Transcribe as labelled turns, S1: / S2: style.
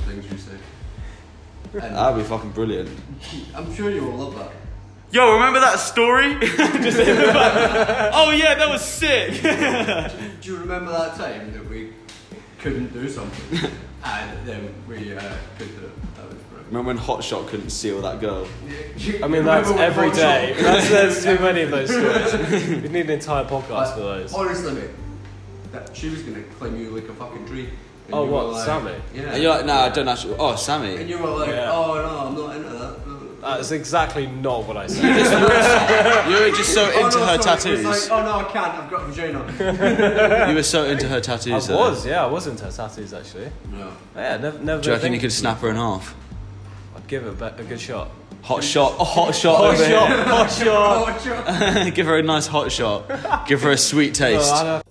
S1: things you say. And
S2: That'd be fucking brilliant.
S1: I'm sure you will love that.
S3: Yo, remember that story? Just in the back. Oh yeah, that was sick.
S1: Do you remember that time that we couldn't do something and then we uh, could do it? That was brilliant.
S2: Remember when Hotshot couldn't seal that girl?
S1: You-
S4: I
S1: you
S4: mean, that's
S1: remember when
S4: every
S1: Hotshot-
S4: day. That's, there's too many of those stories. We need an entire podcast
S1: Like,
S4: for those.
S1: Honestly, mate, that she was gonna claim you like a fucking tree. and
S4: Oh,
S1: you
S4: what,
S1: were like-
S4: Sammy?
S1: Yeah.
S2: And you're like, nah, I don't actually. Oh,
S1: And
S2: Sammy.
S1: you were like,
S4: Yeah.
S1: oh no, I'm not into that.
S4: That's exactly not what I said.
S2: You were just so
S1: Oh,
S2: into
S1: no, sorry. It
S2: her
S1: was
S2: tattoos.
S1: Like, oh no, I can't. I've got a vagina.
S2: You were so into her
S4: I
S2: tattoos. though.
S4: was, yeah, I was into tattoos actually.
S1: no.
S4: Yeah, never, never.
S2: Do you reckon
S4: think-
S2: you could snap her in half?
S4: I'd give it a, be- a good shot.
S2: Hot shot, a hot shot
S4: Hot
S2: over
S4: shot, hot shot.
S1: Oh, sure.
S2: here. Give her a nice hot shot. Give her a sweet taste.
S4: Oh, I know.